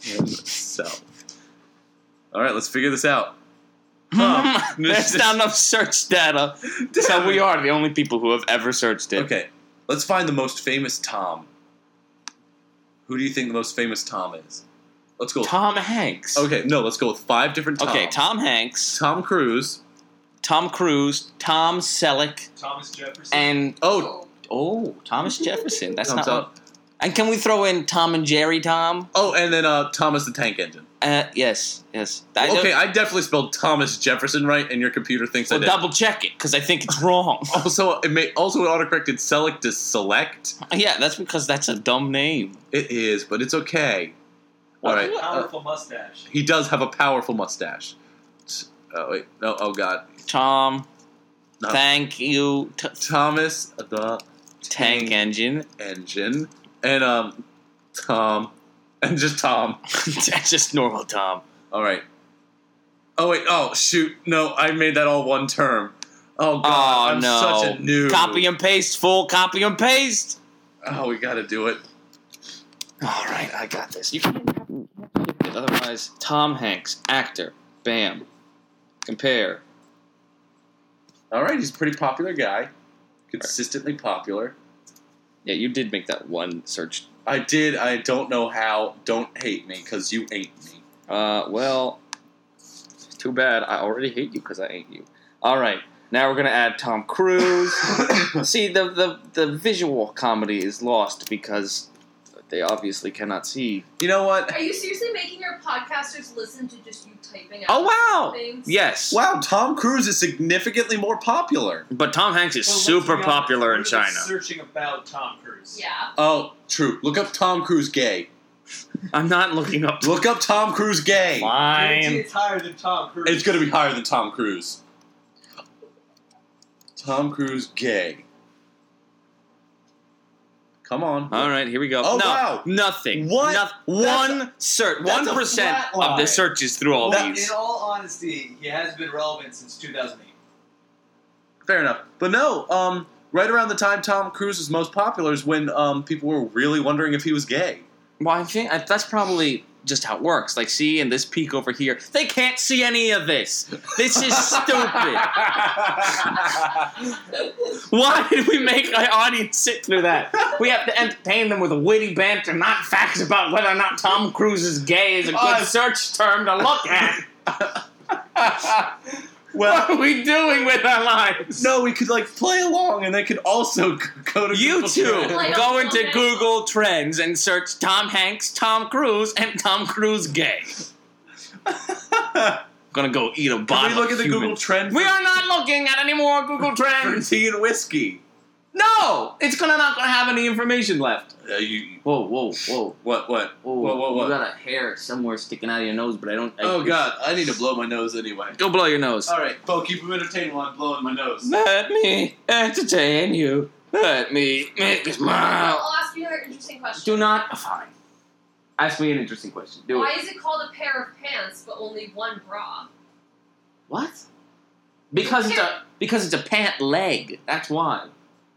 S2: himself? All right, let's figure this out.
S1: [laughs]
S2: Huh.
S1: There's not enough search data. [laughs] So we are the only people who have ever searched it.
S2: Okay, let's find the most famous Tom. Who do you think the most famous Tom is? Let's go. with-
S1: Tom Hanks.
S2: Okay, no, let's go with five different Toms.
S1: Okay, Tom Hanks,
S2: Tom Cruise.
S1: Tom Cruise, Tom Selleck,
S4: Thomas Jefferson.
S1: and
S2: Oh,
S1: oh, Thomas Jefferson. That's
S2: Tom's
S1: not.
S2: up.
S1: And can we throw in Tom and Jerry? Tom.
S2: Oh, and then uh, Thomas the Tank Engine.
S1: Uh, yes, yes. I
S2: okay,
S1: don't-
S2: I definitely spelled Thomas Jefferson right, and your computer thinks
S1: Well,
S2: I did.
S1: double check it because I think it's wrong. [laughs]
S2: also, it may also it autocorrected Select to Select.
S1: yeah, that's because that's a dumb name.
S2: It is, but it's okay. All
S1: What-
S2: right, uh,
S4: Powerful mustache.
S2: he does have a powerful mustache. S- Oh wait, no, oh god,
S1: Tom.
S2: No.
S1: Thank you, t-
S2: Thomas the
S1: Tank Engine. [laughs]
S2: Engine, and um, Tom, and just Tom.
S1: That's just normal Tom.
S2: All right. Oh wait, oh shoot, no, I made that all one term. Oh god,
S1: Oh,
S2: I'm
S1: no.
S2: such a noob.
S1: Copy and paste, full copy and paste.
S2: Oh, we gotta do it.
S1: All right, I got this. You can't have Otherwise, Tom Hanks, actor, bam. Compare.
S2: All right, he's a pretty popular guy, consistently popular.
S1: Yeah, you did make that one search.
S2: I did. I don't know how. Don't hate me because you ain't me.
S1: Uh, well, too bad. I already hate you because I hate you. All right, now we're gonna add Tom [coughs] Cruise. see, the, the the visual comedy is lost because they obviously cannot see.
S2: You know what?
S3: Are you seriously making our podcasters listen to just you typing out
S1: Oh wow!
S3: things?
S1: Yes.
S2: Wow, Tom Cruise is significantly more popular.
S1: But Tom Hanks is
S4: Well, let's
S1: super
S4: be honest,
S1: popular in
S4: what are they
S1: China.
S4: Searching about Tom Cruise.
S1: [laughs]
S3: Yeah. [laughs]
S2: Oh, true. Look up Tom Cruise gay.
S1: I'm not looking up.
S2: Look up Tom Cruise gay.
S4: Guarantee
S1: Fine.
S4: It's higher than Tom Cruise.
S2: It's gonna be higher than Tom Cruise. Tom Cruise gay. Come on.
S1: All right, here we go.
S2: Oh,
S1: no,
S2: wow.
S1: Nothing.
S2: What?
S1: Noth-
S2: That's
S1: one search.
S2: that's
S1: One
S2: a
S1: percent
S4: flat
S1: of the
S4: line.
S1: searches through all
S4: Well,
S1: these.
S4: In all honesty, he has been relevant since 2008.
S2: Fair enough. But no, um, right around the time Tom Cruise
S1: [laughs]
S2: was most popular is when um, people were really wondering if he was gay.
S1: Well, I think I, that's probably just how it works. Like, see, and this peak over here, they can't see any of this. This
S2: [laughs]
S1: is stupid. Why did we make our audience sit through that? We have to entertain them with a witty banter, not facts about whether or not Tom Cruise is gay is a good
S2: Oh, it's-
S1: search term to look
S2: [laughs]
S1: at. [laughs] what are we doing with our lives?
S2: no, we could like play along, and they could also [laughs] g- go to
S1: You
S2: Google
S1: two
S2: [laughs] Trends.
S1: go into Google Trends and search Tom Hanks, Tom Cruise, and Tom Cruise gay. gonna go eat a
S2: Can
S1: bottle.
S2: we look
S1: of
S2: at the
S1: human-
S2: Google trend
S1: We are not looking at any more Google
S2: for [laughs]
S1: Trends.
S2: tea and whiskey?
S1: No, it's gonna not gonna have any information left.
S2: Uh, you
S1: Whoa, whoa, whoa.
S2: what what?
S1: Whoa,
S2: Whoa, whoa, whoa.
S1: You got a hair somewhere sticking out of your nose, but I don't. I,
S2: Oh god, I need to blow my nose anyway.
S1: Go blow your nose.
S2: All right.
S4: Bo, keep him entertained while I'm blowing my nose.
S1: Let me entertain you. Let me make you smile.
S3: I'll ask you another interesting question.
S1: Uh, Do not. Fine. Ask me an interesting question. Do
S3: Why
S1: it.
S3: is it called a pair of pants but only one bra?
S1: What? Because it's a because it's a pant leg. That's why.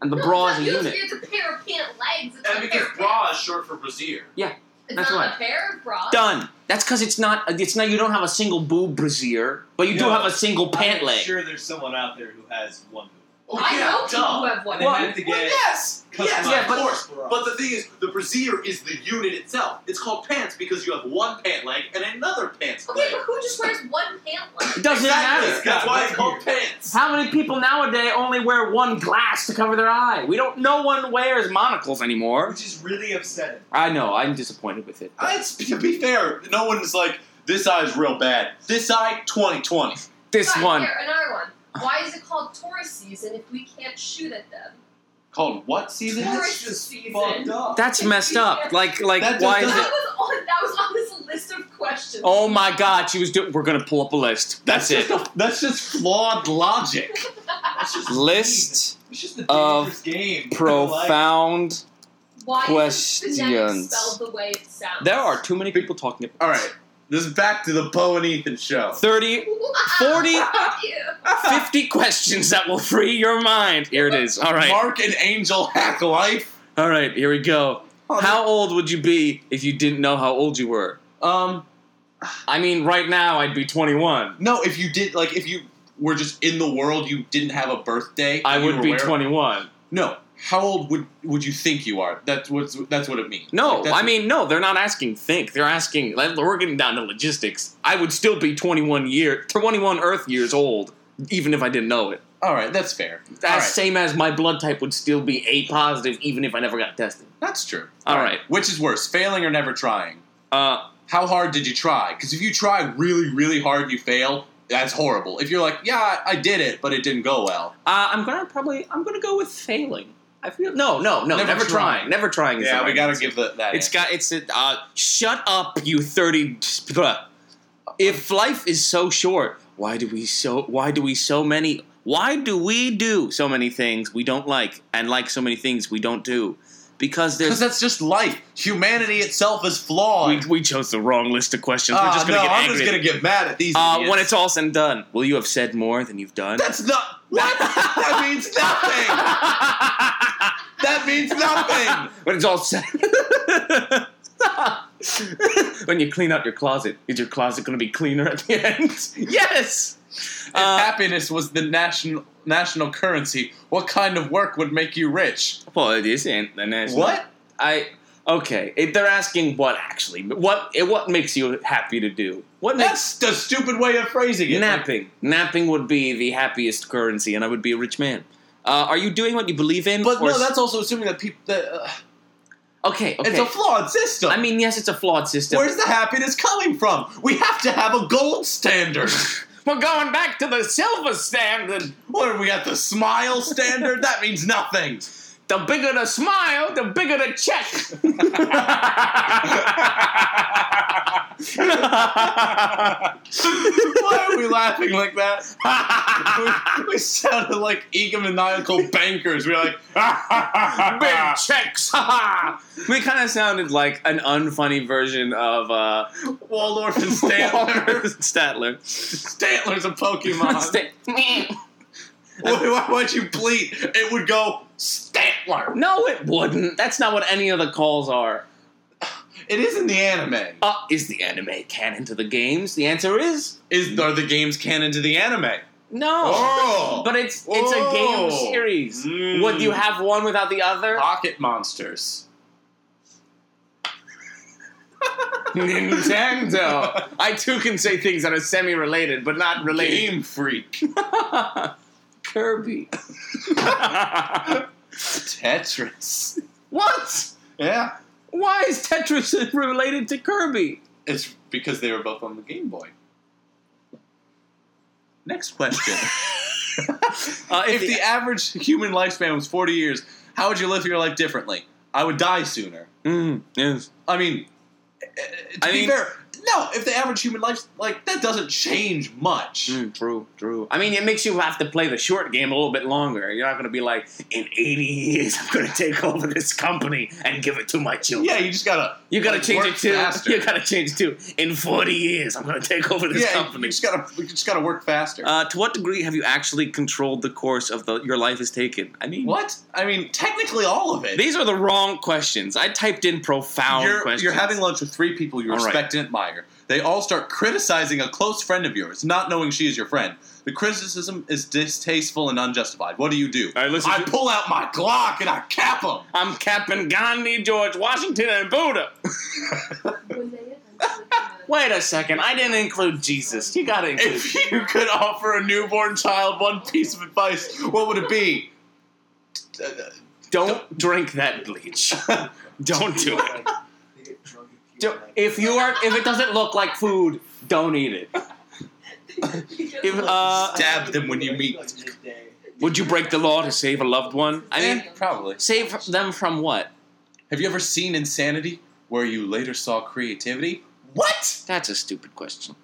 S1: And the
S3: no,
S1: bra
S3: it's
S1: is a
S3: not
S1: unit.
S3: It's a pair of pant legs. It's not
S4: And
S3: a pair
S4: because
S3: of pants.
S4: bra is short for brassiere.
S3: It's
S1: that's
S3: not
S1: why.
S3: a pair of bras.
S1: Done. That's because it's not. It's not. You don't have a single boob brassiere, but you do
S4: No.
S1: have a single pant
S4: I'm
S1: leg.
S4: sure there's someone out there who has one.
S2: Oh,
S3: I
S2: yeah,
S3: know people
S2: duh.
S3: who have one.
S4: They have to
S2: Well,
S4: get
S2: yes, yes,
S4: customized
S1: yeah, but-
S2: of course.
S4: bra.
S2: But the thing is, the brassiere is the unit itself. It's called pants because you have one pant leg and another pants
S3: okay,
S2: leg.
S3: but who just wears one pant
S1: It
S3: leg?
S1: doesn't
S2: exactly.
S1: matter.
S2: That's why it's
S4: Yeah,
S2: called
S4: right
S2: pants.
S1: How many people nowadays only wear one glass to cover their eye? We don't. No one wears monocles anymore.
S4: Which is really upsetting.
S1: I know. I'm disappointed with it.
S2: I- it's- to be fair, no one's like this eye's real bad. This eye, 2020.
S1: This
S3: Fine,
S1: one.
S3: Here, another one. Why is it called tourist season if we can't shoot at them?
S2: Called what season?
S3: Tourist
S4: That's just
S3: season.
S4: fucked up.
S1: That's messed up. Like, like,
S2: That just
S1: why is
S2: doesn't-
S1: it?
S3: That was on. That was on this list of questions.
S1: Oh my God! She was. Do- We're gonna pull up a list. That's
S2: just
S1: it.
S2: a- that's just flawed logic.
S4: That's just
S1: List
S4: It's just a
S1: of
S4: dangerous game. [laughs] Like,
S1: profound.
S3: [laughs] Why is the neck
S1: Questions.
S3: spelled the way it sounds?
S1: There are too many people talking.
S2: All right, this is back to the Bo and Ethan show.
S1: 30,
S3: [laughs]
S1: 40
S3: Fuck you.
S4: [laughs]
S1: 50 questions that will free your mind. Here it is. All right.
S2: Mark and Angel hack life.
S1: All right. Here we go. How old would you be if you didn't know how old you were?
S2: Um,
S1: I mean, right now I'd be 21.
S2: no, if you did, like, if you were just in the world, you didn't have a birthday.
S1: I
S2: you
S1: would
S2: were
S1: be
S2: aware-
S1: 21.
S2: No, how old would would you think you are? That's what that's what it means.
S1: No,
S2: Like, that's
S1: I mean, no, they're not asking think. They're asking, like, we're getting down to logistics. I would still be 21 year, 21 Earth years old, even if I didn't know it.
S2: all right, that's fair.
S1: That's
S2: All right.
S1: same as my blood type would still be A positive, even if I never got tested.
S2: That's true.
S1: All
S2: All
S1: right.
S2: Which is worse, failing or never trying?
S1: Uh,
S2: How hard did you try? Because if you try really, really hard and you fail, that's horrible. If you're like, yeah, I did it, but it didn't go well.
S1: uh, I'm gonna probably, I'm gonna go with failing. I feel no, no, no,
S2: Never
S1: never, trying.
S2: trying.
S1: never trying. Is the
S2: Yeah, we
S1: right
S2: got to
S1: answer.
S2: give the, that.
S1: It's
S2: answer.
S1: got. It's a. Uh, shut up, you thirty. Blah. If life is so short, why do we so? Why do we so many? Why do we do so many things we don't like, and like so many things we don't do? Because
S2: because
S1: there's.
S2: that's just life. Humanity itself is flawed.
S1: We, we chose the wrong list of questions.
S2: Ah,
S1: We're just gonna
S2: no,
S1: get
S2: I'm
S1: angry.
S2: just gonna get mad at these.
S1: uh,
S2: idiots.
S1: when it's all said and done, will you have said more than you've done?
S2: that's not what that means nothing. [laughs] That means nothing.
S1: when it's all said. [laughs] when you clean out your closet, is your closet going to be cleaner at the end? [laughs] yes.
S2: If
S1: Uh,
S2: happiness was the national national currency, what kind of work would make you rich?
S1: well, it isn't the national.
S2: What?
S1: I okay. It, they're asking what actually. What it, what makes you happy to do? What makes
S2: That's the stupid way of phrasing it.
S1: napping? Napping would be the happiest currency, and I would be a rich man. Uh, are you doing what you believe in?
S2: But
S1: or
S2: no,
S1: s-
S2: that's also assuming that people. That, uh,
S1: okay. Okay.
S2: It's a flawed system.
S1: I mean, yes, it's a flawed system.
S2: Where's the happiness coming from? We have to have a gold standard.
S1: We're going back to the silver standard.
S2: what are we at the smile standard? That means nothing. [laughs]
S1: The bigger the smile, the bigger the check.
S2: Why are we laughing like that? [laughs] We, we sounded like egomaniacal bankers. We We're like,
S1: [laughs] Big checks. we kind of sounded like an unfunny version of uh,
S2: [laughs] Waldorf and
S1: [laughs]
S2: Statler.
S1: Statler.
S2: Statler's a
S1: [laughs]
S2: Pokemon.
S1: Sta-
S2: why, why, would you bleat? It would go Statler.
S1: no, it wouldn't. That's not what any of the calls are.
S2: It is in the anime.
S1: Uh, is the anime canon to the games? The answer is
S2: Is are the games canon to the anime?
S1: no.
S2: Oh,
S1: But it's it's a game
S2: Whoa.
S1: series.
S2: Mm.
S1: Would you have one without the other?
S2: Pocket Monsters.
S1: [laughs] Nintendo. I too can say things that are semi-related, but not related.
S2: Game [laughs] Freak.
S1: [laughs] Kirby.
S2: Tetris.
S1: what?
S2: Yeah,
S1: Why is Tetris [laughs] related to Kirby?
S2: it's because they were both on the Game Boy. Next [laughs] question.
S1: Uh,
S2: if the average human lifespan was 40 years, how would you live your life differently? I would die sooner.
S1: Mm, yes.
S2: I mean, uh, to
S1: I
S2: be
S1: mean-
S2: fair, no, if the average human life, like, that doesn't change much.
S1: Mm, true, true. I mean, it makes you have to play the short game a little bit longer. You're not going to be like, in 80 years, I'm going to take over this company and give it to my children.
S2: Yeah, you just gotta.
S1: You got to
S2: like,
S1: change
S2: work
S1: it to.
S2: faster. [laughs]
S1: You got to change it to. In 40 years, I'm going to take over this
S2: yeah, you
S1: company.
S2: just gotta, you just gotta work faster.
S1: Uh, to what degree have you actually controlled the course of the your life is taken? I mean,
S2: what? I mean, technically all of it.
S1: these are the wrong questions. I typed in profound
S2: you're,
S1: questions.
S2: you're having lunch with three people you
S1: All right.
S2: respect and admire. They all start criticizing a close friend of yours, not knowing she is your friend. The criticism is distasteful and unjustified. What do you do?
S1: All right, listen.
S2: I pull out my Glock and I cap them.
S1: I'm Captain Gandhi, George Washington, and Buddha. [laughs] Wait a second, I didn't include Jesus. You gotta include.
S2: If you could offer a newborn child one piece of advice, what would it be?
S1: don't drink that [laughs] bleach. don't do it. Don't- if you are, if it doesn't look like food, don't eat it. If, uh,
S2: Stab them when you meet.
S1: Would you break the law to save a loved one? I mean,
S2: Eh, probably.
S1: save them from what?
S2: Have you ever seen Insanity, where you later saw creativity? What?
S1: That's a stupid question.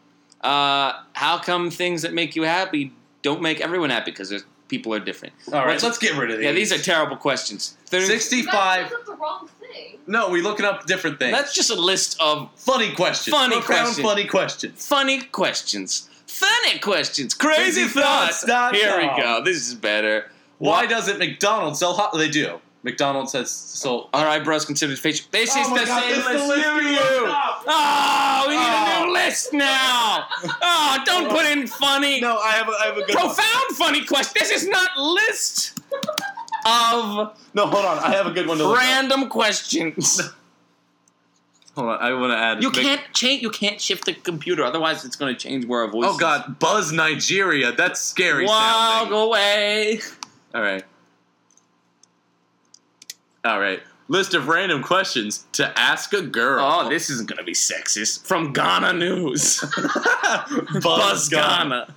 S1: Uh, how come things that make you happy don't make everyone happy? Because people are different.
S2: All right,
S1: What's-
S2: let's get rid of these.
S1: Yeah, these are terrible questions. They're-
S3: You guys
S2: 65.
S3: looked up the wrong thing.
S2: No, we looking up different things.
S1: That's just a list of
S2: funny questions.
S1: Funny
S2: Profound
S1: question.
S2: funny questions.
S1: funny questions. Funny questions. Crazy,
S2: Crazy
S1: thoughts.
S2: thoughts dot
S1: Here
S2: com.
S1: we go. This is better.
S2: Why doesn't McDonald's sell hot? They do. McDonald's has sold.
S1: All right, bros, considered facial. This
S2: Oh
S1: is
S2: my
S1: the
S2: God,
S1: same
S2: this is the
S1: list.
S2: list
S1: Here
S2: you
S1: we
S2: looked
S1: go.
S2: up.
S1: Oh, we need a
S2: Oh.
S1: new list now. Oh, don't put in funny.
S2: No, I have a, I have a good one.
S1: Profound funny question. This is not list of
S2: No, hold on. I have a good one to look up.
S1: random
S2: [laughs]
S1: questions.
S2: Hold on. I want to add.
S1: You
S2: Mc-
S1: can't change. You can't shift the computer. Otherwise, it's going to change where our voice.
S2: Oh God, Buzz Nigeria. That's scary.
S1: Walk
S2: sounding.
S1: away.
S2: All right. All right. List of random questions to ask a girl.
S1: Oh, this isn't gonna be sexist. From Ghana News,
S2: [laughs] Buzz,
S1: Buzz
S2: Gun.
S1: Ghana.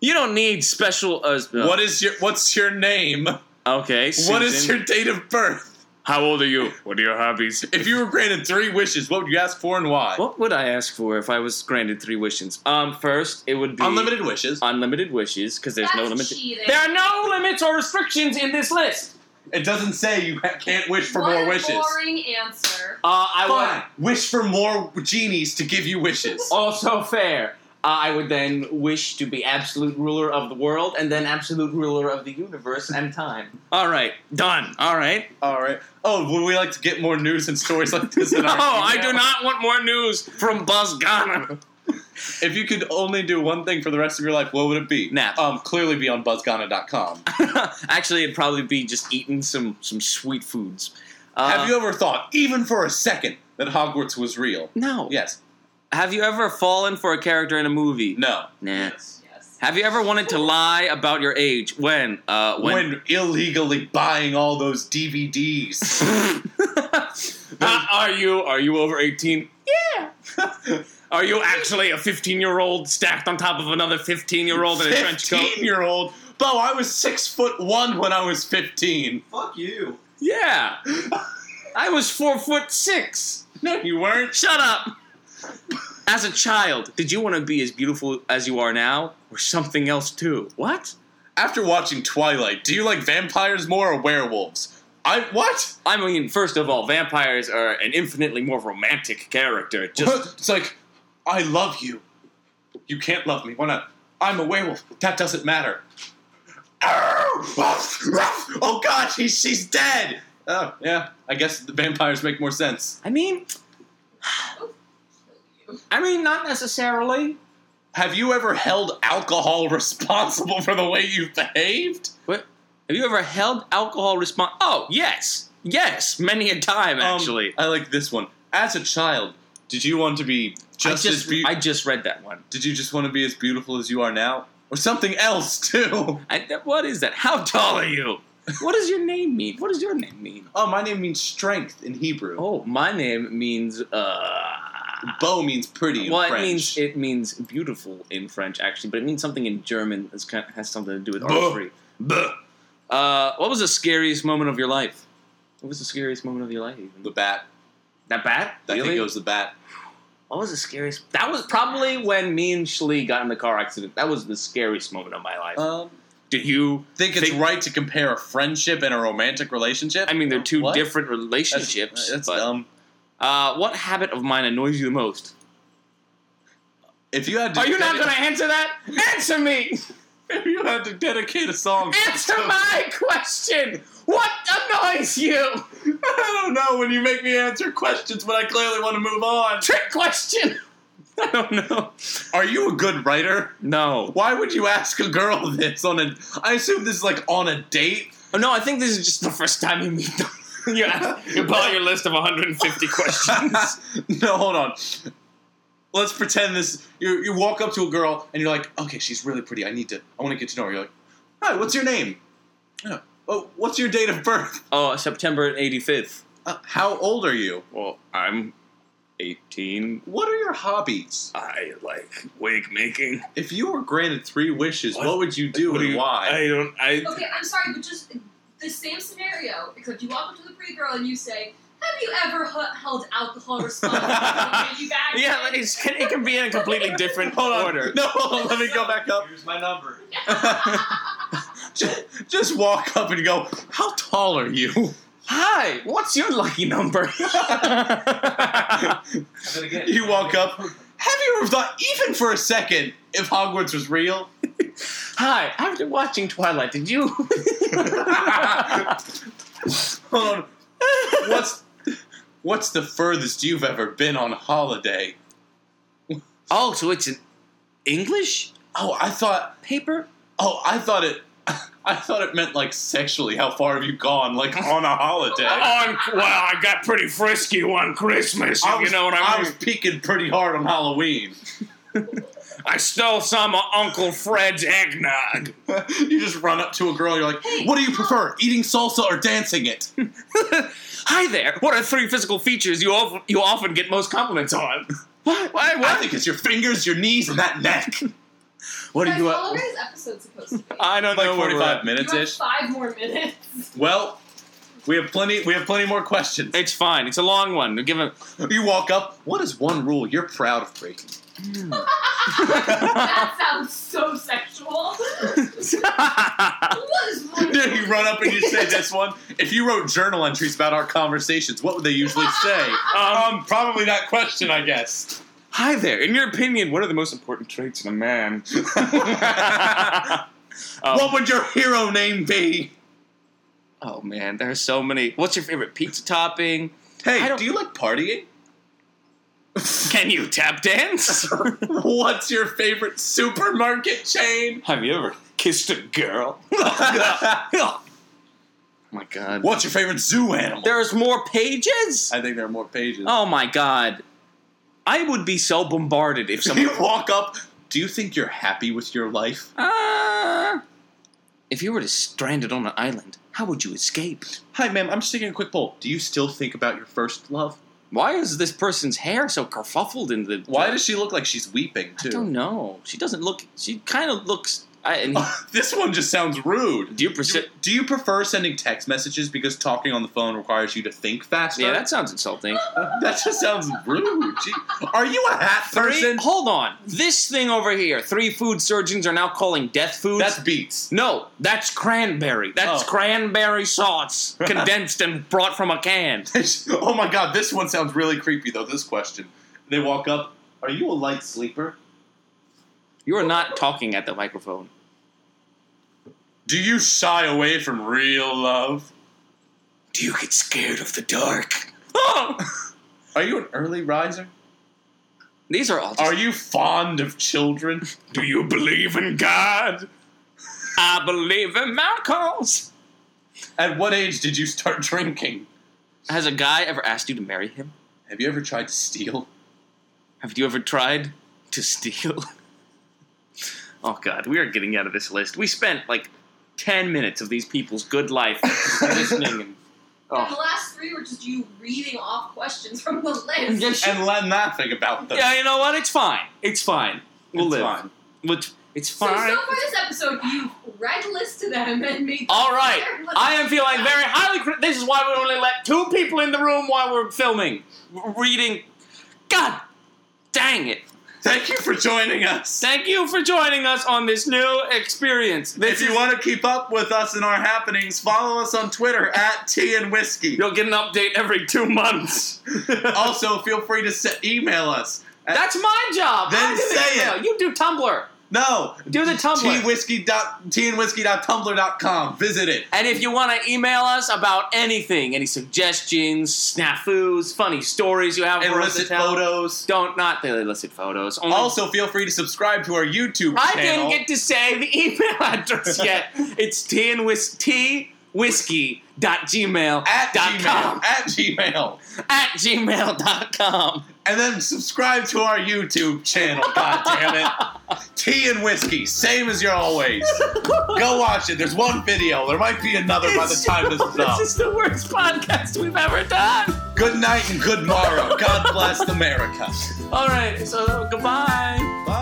S1: You don't need special. Uh,
S2: What is your What's your name?
S1: Okay. Susan.
S2: What is your date of birth?
S1: How old are you? What are your hobbies?
S2: If you were granted three wishes, what would you ask for and why?
S1: What would I ask for if I was granted three wishes? Um, first it would be
S2: Unlimited wishes.
S1: unlimited wishes because there's no
S3: That's
S1: limit.
S3: cheating.
S1: There are no limits or restrictions in this list.
S2: It doesn't say you ha- can't wish for
S3: what
S2: more
S3: a
S2: wishes.
S3: boring answer.
S1: Uh, I
S2: Fine.
S1: would
S2: Wish for more genies to give you wishes.
S1: Oh. also fair. Uh, I would then wish to be absolute ruler of the world and then absolute ruler of the universe and time. All right, done. All right.
S2: All right. Oh, would we like to get more news and stories like
S1: [laughs]
S2: this? in
S1: No,
S2: our
S1: I
S2: email?
S1: do not want more news from Buzz Ghana. [laughs]
S2: If you could only do one thing for the rest of your life, what would it be?
S1: Nap.
S2: Um, clearly be on buzzghana.com.
S1: Actually, it'd probably be just eating some some sweet foods. Uh,
S2: Have you ever thought, even for a second, that Hogwarts was real?
S1: No.
S2: Yes.
S1: Have you ever fallen for a character in a movie?
S2: No.
S1: Nah.
S3: Yes.
S1: Have you ever wanted to lie about your age? When? Uh,
S2: When,
S1: when?
S2: illegally buying all those DVDs.
S1: [laughs] Uh, are you are you over eighteen? Yeah. [laughs] are you actually a fifteen year old stacked on top of another fifteen year old in a trench coat?
S2: year old. Bo, I was six foot one when I was 15.
S4: Fuck you.
S2: [laughs]
S1: Yeah. I was four foot six.
S2: No, you weren't.
S1: Shut up. As a child, did you want to be as beautiful as you are now, or something else too? What?
S2: After watching Twilight, do you like vampires more or werewolves? I. What?
S1: I mean, first of all, vampires are an infinitely more romantic character. Just
S2: it's like, I love you. You can't love me. Why not? I'm a werewolf. That doesn't matter. [laughs] Oh God, she's she's dead. Oh yeah, I guess the vampires make more sense.
S1: I mean, I mean, not necessarily.
S2: Have you ever held alcohol [laughs] responsible for the way you've behaved?
S1: Have you ever held alcohol respons? Oh, yes, yes, many a time
S2: Um,
S1: actually.
S2: I like this one. As a child, did you want to be just,
S1: I
S2: as
S1: just
S2: be-
S1: I just read that one.
S2: did you just want to be as beautiful as you are now, or something else [laughs] too?
S1: I, that- what is that? How tall are you? What does your name mean? What does your name mean?
S2: Oh, my name means strength in Hebrew.
S1: Oh, my name means uh.
S2: Beau means pretty in
S1: Well,
S2: French.
S1: it means it means beautiful in French actually, but it means something in German that's kind of, has something to do with
S2: Buh.
S1: archery.
S2: Bleh.
S1: Uh, what was the scariest moment of your life? What was the scariest moment of your life? Even?
S2: the bat.
S1: That bat?
S2: I
S1: really?
S2: think it was the bat.
S1: What was the scariest? That was probably when me and Shlee got in the car accident. That was the scariest moment of my life.
S2: Um,
S1: Do you?
S2: think it's
S1: Think-
S2: right to compare a friendship and a romantic relationship?
S1: I mean, they're two
S2: What?
S1: different
S2: That's-
S1: relationships.
S2: That's,
S1: but,
S2: dumb.
S1: Uh, what habit of mine annoys you the most?
S2: If you had to
S1: Are you not
S2: dedi-
S1: going to answer that? Answer me!
S2: [laughs] If you had to dedicate a song, [laughs]
S1: Answer my question! What annoys you?
S2: I don't know when you make me answer questions when I clearly want to move on.
S1: Trick question! [laughs] I don't know.
S2: Are you a good writer?
S1: No.
S2: Why would you ask a girl [laughs] this on a? I assume this is like on a date. [laughs]
S1: Oh, no, I think this is just the first time you meet them. [laughs] you, ask- you pull out your list of
S2: [laughs]
S1: 150 questions.
S2: no, hold on. Let's pretend this. You you walk up to a girl and you're like, okay, she's really pretty. I need to. I want to get to know her. You're like, hi, what's your name? "Oh, Oh, what's your date of birth? [laughs]
S1: oh, September 85th.
S2: Uh, how old are you?
S1: Well, I'm 18.
S2: What are your hobbies?
S1: I like wig making.
S2: If you were granted three wishes, what,
S1: What-
S2: would you do
S1: What
S2: and
S1: you-
S2: why?
S1: I don't. I.
S3: Okay, I'm sorry, but just the same scenario, except you walk up to the pretty girl and you say, Have you ever h- held alcohol
S1: [laughs]
S3: responsibly? And you back
S1: Yeah, like, it's, it can be in a completely different order.
S2: [laughs] No, hold on, let me go back up. [laughs]
S4: Here's my number.
S2: Just, just walk up and go, How tall are you?
S1: Hi, what's your lucky [laughs] number?
S4: I'm gonna get.
S2: You walk up. Have you ever thought, even for a second, if Hogwarts was real?
S1: Hi, after watching Twilight, did [laughs] you?
S2: Hold on.
S1: [laughs]
S2: What's, what's the furthest you've ever been on holiday?
S1: oh, so it's an English
S2: Oh, I thought,
S1: paper?
S2: oh, I thought it. [laughs] I thought it meant like sexually. How far have you gone, like on
S1: [laughs]
S2: a holiday?
S1: On, well, I got pretty frisky one Christmas, if
S2: I was-
S1: you know what I mean.
S2: I was peaking pretty hard on Halloween. [laughs]
S1: I stole some of Uncle Fred's eggnog.
S2: you just run up to a girl. You're like, "What do you prefer, eating salsa or dancing it?"
S1: Hi there. What are three physical features you of- you often get most compliments on? What? [laughs] Why?
S2: I
S1: What?
S2: think it's your fingers, your knees, and that neck.
S1: [laughs] [laughs] what
S3: Guys, how long is this episode supposed to be?
S1: [laughs] I don't
S2: like
S1: know. where we're
S2: forty-five
S1: at.
S3: you
S2: minutes
S3: have
S2: ish.
S3: five more
S1: [laughs]
S3: minutes.
S2: Well, we have plenty. We have plenty more questions.
S1: It's fine. It's a long one. Give
S2: [laughs]
S1: it.
S2: You walk up. What is one rule you're proud of breaking?
S3: that sounds so sexual. [laughs] what is wrong?
S1: [laughs]
S2: [laughs] you run up and you say this one. If you wrote journal entries about our conversations, what would they usually [laughs] say? Um, probably that question, I guess.
S1: Hi there. In your opinion, what are the most important traits in a
S2: [laughs]
S1: man? Um,
S2: what would your hero name be?
S1: oh man, there are so many. What's your favorite pizza topping? I
S2: Hey,
S1: don't-
S2: do you like partying? [laughs]
S1: Can you tap
S2: [laughs]
S1: dance?
S2: What's your favorite supermarket [laughs] chain?
S1: Have you ever kissed a girl? oh my god.
S2: What's your favorite zoo animal?
S1: There's more pages.
S2: I think there are more pages.
S1: Oh my god. I would be so bombarded if
S2: [laughs] you
S1: someone
S2: walk up. Do you think you're happy with your life?
S1: Ah. If you were to stranded on an island, how would you escape?
S2: Hi, ma'am. I'm just taking a quick poll. Do you still think about your first love?
S1: Why is this person's hair so kerfuffled in the
S2: Why does she look like she's weeping
S1: I don't
S2: [laughs] too?
S1: know. She doesn't look she kind of looks I and [laughs]
S2: this one just sounds rude.
S1: do you
S2: Do,
S1: perceive
S2: do you prefer sending text messages because talking on the phone requires you to think faster?
S1: Yeah, that sounds insulting.
S2: [laughs] that just sounds rude. Gee, are you a hat
S1: Three,
S2: person?
S1: hold on. This thing over here, three food surgeons are now calling death foods.
S2: That's beats. [laughs]
S1: no, that's cranberry. That's
S2: Oh.
S1: cranberry [laughs] sauce condensed and brought from a can.
S2: oh my god, this one sounds really creepy though. This question. They walk up. Are you a light sleeper?
S1: You are not talking at the microphone.
S2: Do you shy away from real love?
S1: Do you get scared of the dark? Oh!
S2: Are you an early riser?
S1: [laughs] These are all. Just,
S2: Are you fond of children?
S1: do you believe in God? I believe in miracles.
S2: At what age did you start [laughs] drinking?
S1: Has a guy ever asked you to marry him?
S2: Have you ever tried to
S1: [laughs]
S2: steal?
S1: Have you ever tried to steal? [laughs] oh God, we are getting out of this list. We spent like ten minutes of these people's good life [laughs] listening. And,
S3: And the
S2: [laughs]
S1: oh.
S3: last three were just you reading off questions from the list.
S1: Yeah, sh-
S2: and learn nothing about [laughs] them.
S1: yeah, you know what? It's fine. It's fine. We'll
S2: It's
S1: live.
S2: fine.
S1: We'll t- it's
S3: so,
S1: fine.
S3: so far this episode, you've read lists to them and made.
S1: All right,
S3: their list.
S1: I am feeling very highly. Cri- this is why we only let two people in the room while we're filming, R- reading. God, dang it!
S2: Thank you for joining us.
S1: Thank you for joining us on this new experience. This
S2: If you
S1: is-
S2: want to keep up with us and our happenings, follow us on Twitter at Tea and Whiskey.
S1: you'll get an update every two [laughs] months.
S2: Also, feel free to se- email us. at-
S1: Oh, That's my job.
S2: Then
S1: I do the
S2: say
S1: email.
S2: it.
S1: You do Tumblr.
S2: no
S1: Do the Tumblr.
S2: tea whiskey dot tea and whiskey dot tumblr dot com. Visit it.
S1: And if you want to email us about anything, any suggestions, snafus, funny stories you have for us to
S2: Illicit
S1: tell,
S2: photos.
S1: don't not the illicit photos. Only
S2: Also, feel free to subscribe to our YouTube
S1: I
S2: channel.
S1: didn't get to say the email [laughs] address yet. it's tea and whis- tea whiskey dot gmail
S2: at
S1: dot com
S2: Gmail. At Gmail.
S1: at gmail dot com.
S2: And then subscribe to our YouTube
S1: [laughs]
S2: channel. God damn it. Tea and whiskey, same as you're always. Go watch it. There's one video. There might be another by the
S1: It's-
S2: time this is
S1: This
S2: up.
S1: is the worst podcast we've ever done.
S2: Good night and good morrow. God bless America.
S1: All right, so goodbye.
S2: Bye.